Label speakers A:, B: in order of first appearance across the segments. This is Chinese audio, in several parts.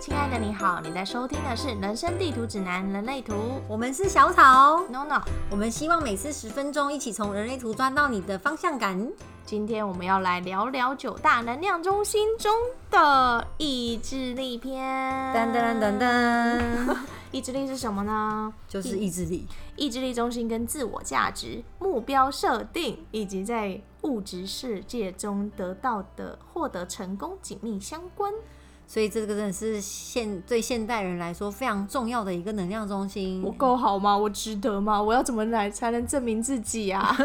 A: 亲爱的你好，你在收听的是《人生地图指南：人类图
B: 我们是小草》，哦
A: ，NONO。
B: 我们希望每次十分钟，一起从人类图抓到你的方向感。
A: 今天我们要来聊聊九大能量中心中的意志力篇。
B: 噔噔噔噔，噔，
A: 意志力是什么呢？
B: 就是意志力。
A: 意志力中心跟自我价值、目标设定以及在物质世界中得到的获得成功紧密相关。
B: 所以这个真的是现对现代人来说非常重要的一个能量中心
A: 我。够好吗？我值得吗？我要怎么来才能证明自己啊？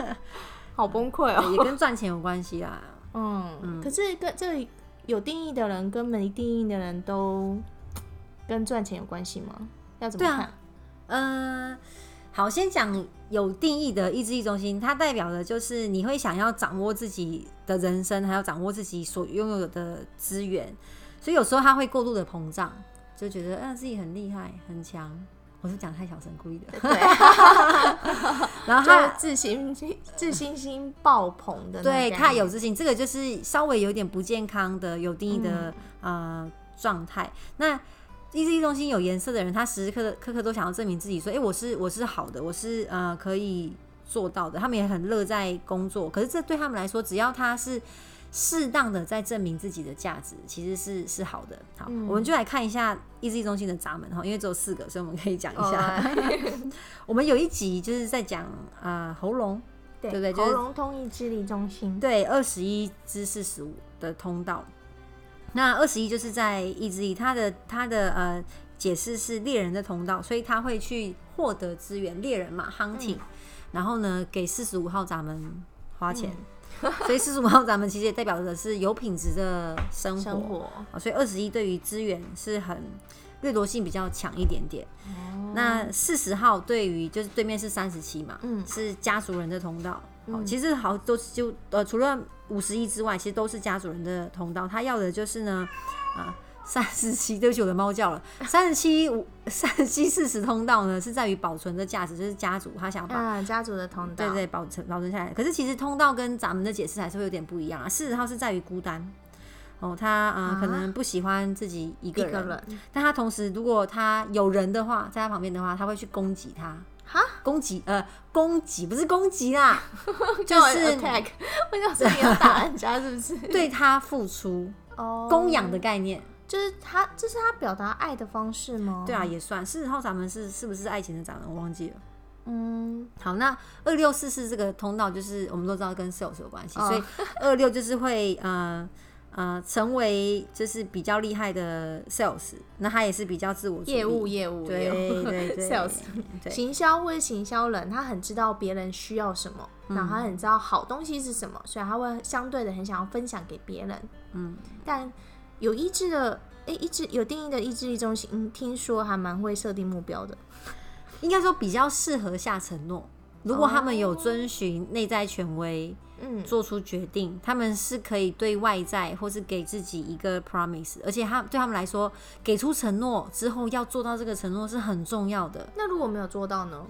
A: 好崩溃哦、
B: 对也跟赚钱有关系啦。
A: 嗯，可是跟这里有定义的人跟没定义的人都跟赚钱有关系吗？要怎么
B: 对啊
A: 看？
B: 呃，好，先讲有定义的意志力中心，它代表的就是你会想要掌握自己的人生，还有掌握自己所拥有的资源，所以有时候他会过度的膨胀，就觉得嗯、呃自己很厉害很强。我是讲太小声，故意的。
A: 对 啊，
B: 然后
A: 就
B: 他
A: 是自信心自信心爆棚的那
B: 对
A: 种
B: 太有自信，这个就是稍微有点不健康的、有定义的、
A: 嗯
B: 呃状态。那意志力中心有颜色的人，他时时刻刻刻刻都想要证明自己，说：“哎、我是我是好的，我是呃可以做到的。”他们也很乐在工作，可是这对他们来说，只要他是适当的在证明自己的价值，其实是是好的。好，
A: 嗯
B: 我们就来看一下意志力中心的闸门哈，因为只有四个，所以我们可以讲一
A: 哦
B: 下。 我们有一集就是在讲呃喉咙。
A: 对
B: 对不对就
A: 喉
B: 是
A: 咙通意智力中心。
B: 对，二十一至四十五的通道。那二十一就是在意志力，它的它的呃解释是猎人的通道，所以他会去获得资源，猎人嘛，hunting、然后呢，给四十五号咱们花钱，
A: 嗯
B: 所以四十五号咱们其实也代表的是有品质的生活。
A: 生活，
B: 啊所以二十一对于资源是很掠夺性比较强一点点。那四十号对于就是对面是三十七嘛，
A: 嗯
B: 是家族人的通道。哦，其实好都是就呃，除了五十一之外，其实都是家族人的通道。他要的就是呢，啊、三十七，对不起，我的猫叫了。三十七五、三十七四十通道呢，是在于保存的价值，就是家族他想要保
A: 嗯，家族的通道，
B: 对对，保存保存下来。可是其实通道跟咱们的解释还是会有点不一样啊。四十号是在于孤单，哦，他啊、
A: 啊
B: 呃可能不喜欢自己一个
A: 一
B: 人，
A: 个人，
B: 但他同时如果他有人的话，在他旁边的话，他会去攻击他。
A: 哈，
B: 攻击呃，攻击不是攻击 啦，
A: 就
B: 就是
A: attack，我想说你要打人家是不是？
B: 对他付出
A: 哦
B: 供养的概念，
A: 就是他，这是他表达爱的方式吗？
B: 对啊，，也算。四十号咱们是是不是爱情的咱们我忘记了。
A: 嗯，
B: 好，那二六四四这个通道，就是我们都知道跟 sales 有关系，
A: 哦
B: 所以二六就是会呃呃成为就是比较厉害的 sales，那他也是比较自我主义
A: 业务，业务，
B: 对
A: 业务
B: 对对
A: sales
B: 对
A: 行销或者行销人，他很知道别人需要什么，然后他很知道好东西是什么，所以他会相对的很想要分享给别人。
B: 嗯，
A: 但有意志的，诶，意志有定义的意志力中心，嗯听说还蛮会设定目标的。
B: 应该说比较适合下承诺。如果他们
A: 哦
B: 有遵循内在权威，
A: 嗯，
B: 做出决定，他们是可以对外在或是给自己一个 promise，而且他对他们来说，给出承诺之后要做到这个承诺是很重要的，
A: 那如果没有做到呢？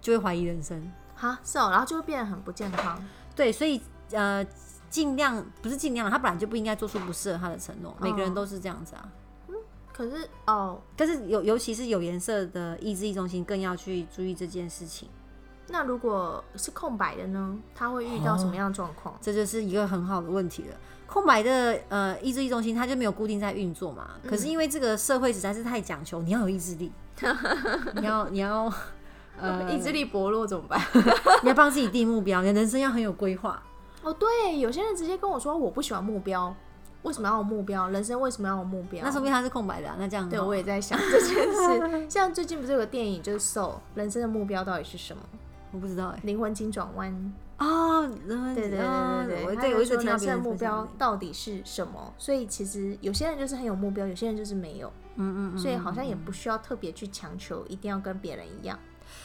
B: 就会怀疑人生。
A: 哈，是哦，然后就会变得很不健康。
B: 对，所以呃，尽量不是尽量啦，他本来就不应该做出不适合他的承诺，每
A: 嗯
B: 个人都是这样子啊。
A: 可是哦，
B: 但是有尤其是有颜色的意志力中心，更要去注意这件事情。
A: 那如果是空白的呢？他会遇到什么样的状况？
B: 这就是一个很好的问题了。空白的呃意志力中心，它就没有固定在运作嘛。可
A: 嗯
B: 是因为这个社会实在是太讲求你要有意志力，你要你要 呃
A: 意志力薄弱怎么办？
B: 你要帮自己定目标，你的人生要很有规划。
A: 哦，对，有些人直接跟我说我不喜欢目标，为什么要有目标？人生为什么要有目标？
B: 那说明它是空白的、啊，那这样
A: 对
B: 很好
A: 我也在想这件事。 像最近不是有个电影就是《瘦》，人生的目标到底是什么？
B: 我不知道哎、
A: 灵魂急转弯。
B: 哦，人
A: 对对对对
B: 啊我
A: 对，他
B: 对
A: 就
B: 我一直
A: 说
B: 听到
A: 人生
B: 别
A: 的
B: 人
A: 目
B: 分享
A: 标
B: 这个
A: 到底是什么？所以其实有些人就是很有目标，有些人就是没有，
B: 嗯嗯嗯，
A: 所以好像也不需要特别去强求一定要跟别人一样。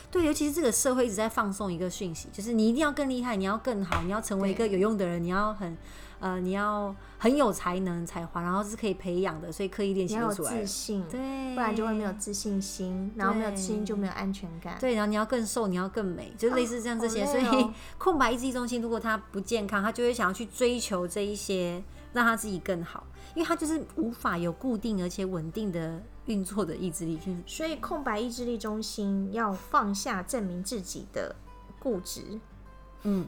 B: 对，尤其是这个社会一直在放送一个讯息，就是你一定要更厉害，你要更好，你要成为一个有用的人，你要很呃，你要很有才能才华，然后是可以培养的，所以刻意练
A: 你
B: 习
A: 要有
B: 就出来
A: 自
B: 了。
A: 信，
B: 对，
A: 不然就会没有自信心，然后没有
B: 对
A: 自信就没有安全感。
B: 对，然后你要更瘦，你要更美，就类似这样这些。
A: 好
B: 所
A: 累哦
B: 以空白意志力中心，如果它不健康，它就会想要去追求这一些让他自己更好，因为他就是无法有固定而且稳定的运作的意志力去。
A: 所以空白意志力中心要放下证明自己的固执，
B: 嗯，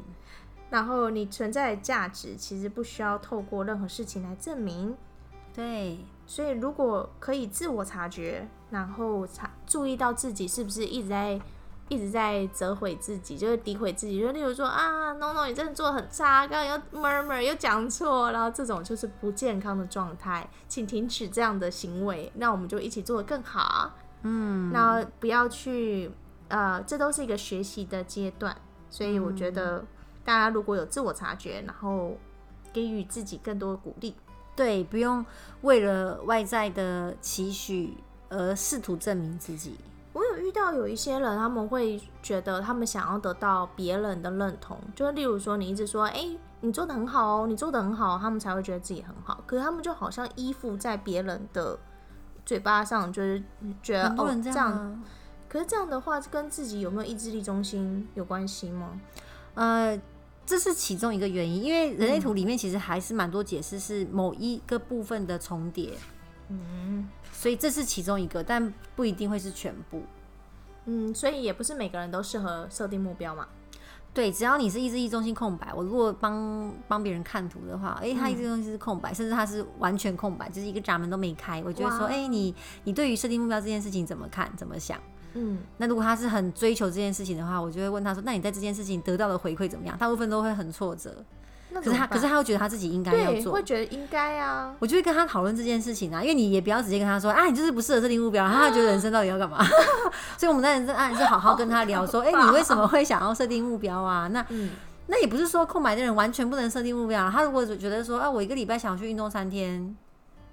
A: 然后你存在的价值其实不需要透过任何事情来证明。
B: 对，
A: 所以如果可以自我察觉，然后察注意到自己是不是一直在一直在责毁自己，就是诋毁自己，就例如说啊，no no，你真的做的很差，刚刚又 murmur 又讲错，然后这种就是不健康的状态，请停止这样的行为，那我们就一起做得更好。
B: 嗯，
A: 那不要去，呃，这都是一个学习的阶段，所以我觉得大家如果有自我察觉，然后给予自己更多的鼓励，
B: 对，不用为了外在的期许而试图证明自己。
A: 我有遇到有一些人，他们会觉得他们想要得到别人的认同，就例如说你一直说，哎、你做的很好哦，你做的很好哦，他们才会觉得自己很好。可是他们就好像依附在别人的嘴巴上，就是觉得
B: 很多
A: 哦
B: 人这
A: 这
B: 样、
A: 样。
B: 啊，
A: 可是这样的话，跟自己有没有意志力中心有关系吗？
B: 呃，这是其中一个原因，因为人类图里面其实还是蛮多解释是某一个部分的重叠，
A: 嗯
B: 所以这是其中一个，但不一定会是全部。
A: 嗯，所以也不是每个人都适合设定目标嘛。
B: 对，只要你是意志力中心空白，我如果帮帮别人看图的话，诶，他意志力中心是空白，甚至他是完全空白，就是一个闸门都没开，我就会说，
A: 哇
B: 诶，你你对于设定目标这件事情怎么看，怎么想？
A: 嗯，
B: 那如果他是很追求这件事情的话，我就会问他说，那你在这件事情得到的回馈怎么样？大部分都会很挫折，
A: 那
B: 可是他可是
A: 他
B: 他又觉得他自己应该要
A: 对
B: 做，
A: 会觉得应该啊，
B: 我就会跟他讨论这件事情啊，因为你也不要直接跟他说啊，你就是不适合设定目标，然后他觉得人生到底要干嘛？ 所以我们在人生啊案就好好跟他 聊说，哎、你为什么会想要设定目标啊？那
A: 嗯
B: 那也不是说空白的人完全不能设定目标啊，他如果觉得说啊，我一个礼拜想要去运动三天，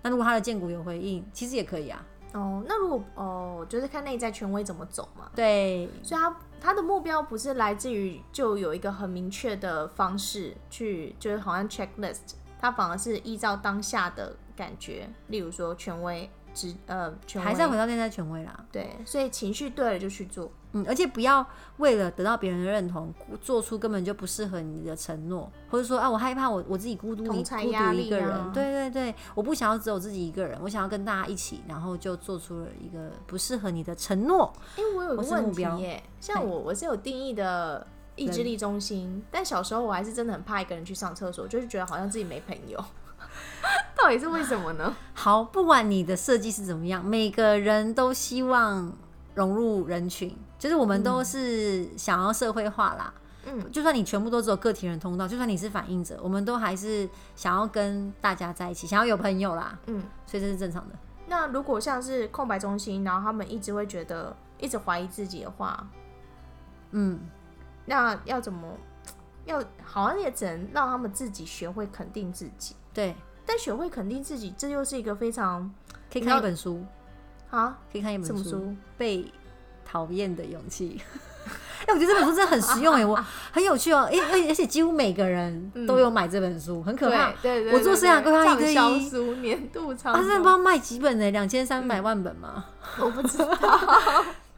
B: 那如果他的荐骨有回应，其实也可以啊。
A: 哦，那如果哦，就是看内在权威怎么走嘛。
B: 对，
A: 所以他他的目标不是来自于就有一个很明确的方式去，就是好像 checklist，他反而是依照当下的感觉，例如说权威直呃权威，
B: 还是要回到内在权威啦。
A: 对，所以情绪对了就去做。
B: 嗯，而且不要为了得到别人的认同，做出根本就不适合你的承诺，或者说啊，我害怕我我自己孤独一
A: 同
B: 孤
A: 侪压
B: 独
A: 力
B: 一个人，
A: 啊
B: 对对对，我不想要只有自己一个人，我想要跟大家一起，然后就做出了一个不适合你的承诺。
A: 哎、我有一
B: 我
A: 个
B: 是
A: 问
B: 目
A: 题
B: 标
A: 耶，像
B: 嘿
A: 我我是有定义的意志力中心，但小时候我还是真的很怕一个人去上厕所，就是觉得好像自己没朋友， 到底是为什么呢？
B: 好，不管你的设计是怎么样，每个人都希望融入人群，就是我们都是想要社会化啦。
A: 嗯，
B: 就算你全部都只有个体人通道，就算你是反应者，我们都还是想要跟大家在一起，想要有朋友啦，
A: 嗯，
B: 所以这是正常的。
A: 那如果像是空白中心，然后他们一直会觉得一直怀疑自己的话，
B: 嗯。
A: 那要怎么？要好像也只能让他们自己学会肯定自己，
B: 对，
A: 但学会肯定自己，这又是一个非常
B: 可以
A: 你要
B: 看一本书，
A: 啊
B: 可以看一本
A: 怎么
B: 书《
A: 说？
B: 被讨厌的勇气》。 哎、我觉得这本书真的很实用 哎、我很有趣哦、哎、而且而且几乎每个人
A: 嗯
B: 都有买这本书，很可怕。
A: 对对对
B: 我做
A: 对
B: 生涯
A: 对
B: 规划一
A: 畅
B: 对
A: 销
B: 一
A: 书年度畅
B: 啊，真的不知
A: 销
B: 道卖几本呢、两千三
A: 嗯
B: 百万本嘛，
A: 我不知道。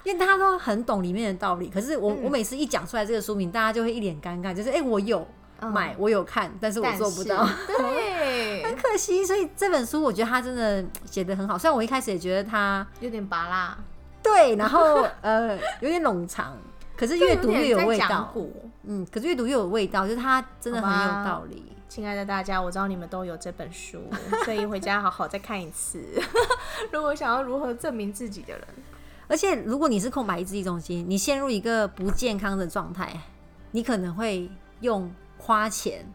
B: 因为大家都很懂里面的道理。可是
A: 嗯
B: 我、我每次一讲出来这个书名，大家就会一脸尴尬，就是哎、我有
A: 嗯
B: 买，我有看，但是 我
A: 但
B: 做不
A: 是
B: 到。很
A: 对，
B: 可惜，所以这本书我觉得他真的写的很好。虽然我一开始也觉得他
A: 有点拔辣，
B: 对，然后呃有点冗长，可是越
A: 就
B: 读
A: 点
B: 越有
A: 在
B: 味
A: 讲
B: 道。
A: 古
B: 嗯，可是越读越有味道，就是它真的
A: 好
B: 很
A: 吧
B: 有道理。嗯
A: 亲爱的大家，我知道你们都有这本书，所以回家好好再看一次。 如果想要如何证明自己的人，
B: 而且如果你是空白意志力中心，你陷入一个不健康的状态，你可能会用花钱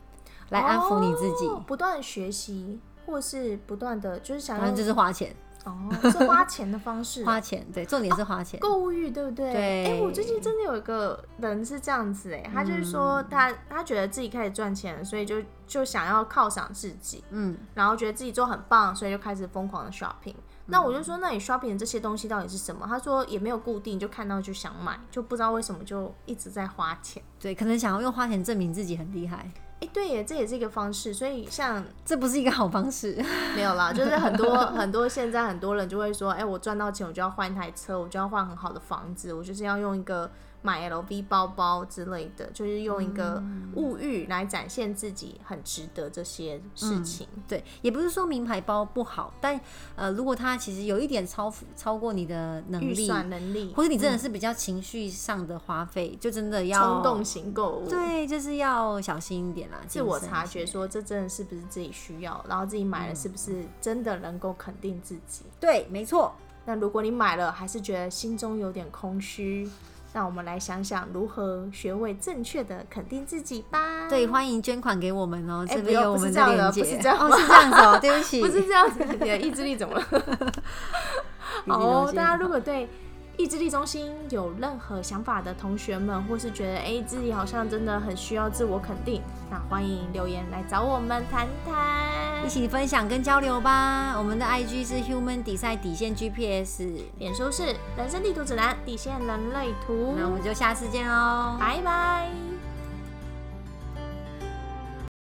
B: 来安抚你自己，
A: 哦不断地学习，或是不断的就是想
B: 反
A: 要
B: 正就是花钱，
A: 哦，是花钱的方式，
B: 花钱。对，重点是花钱。
A: 购物欲，对不对？
B: 对
A: 哎、我最近真的有一个人是这样子、哎，他就是说
B: 嗯
A: 他、他觉得自己开始赚钱了，所以就就想要犒赏自己，
B: 嗯，
A: 然后觉得自己做很棒，所以就开始疯狂的 shopping。那我就说，那你 shopping 的这些东西到底是什么？他说也没有固定，就看到就想买，就不知道为什么就一直在花钱。
B: 对，可能想要用花钱证明自己很厉害，
A: 哎、对耶，这也是一个方式。所以像
B: 这不是一个好方式。
A: 没有啦，就是很多很多现在很多人就会说，哎、我赚到钱，我就要换一台车，我就要换很好的房子，我就是要用一个买 LV 包包之类的，就是用一个物欲来展现自己很值得这些事情。
B: 对，也不是说名牌包不好，但呃，如果它其实有一点超超过你的能
A: 预
B: 力，
A: 算能力，
B: 或者你真的是比较情绪上的花费，就真的
A: 嗯
B: 要
A: 冲动型购物，
B: 对，就是要小心一点啦，
A: 自我
B: 谨慎一
A: 察
B: 些
A: 觉说这真的是不是自己需要，然后自己买了是不是真的能够肯定自己。
B: 对，没错，
A: 那如果你买了还是觉得心中有点空虚，那我们来想想如何学会正确的肯定自己吧。
B: 对，，欢迎捐款给我们哦、
A: 嗯哎
B: 这
A: 不
B: 边
A: 用
B: 有我
A: 不是
B: 们
A: 这
B: 的
A: 样
B: 链
A: 的
B: 接，
A: 不是这样
B: 哦，是这样子哦、对不 起，
A: 不是这样子，你的意志力怎么了？
B: 理解
A: 好哦
B: 了，解
A: 大家如果对意志力中心有任何想法的同学们，或是觉得哎、自己好像真的很需要自我肯定，那欢迎留言来找我们谈谈
B: 一。起分享跟交流吧。我们的 IG 是 human 底赛底线 GPS，
A: 脸书是人生地图指南，底线人类图
B: 那，我们就下次见喽，哦
A: 拜拜。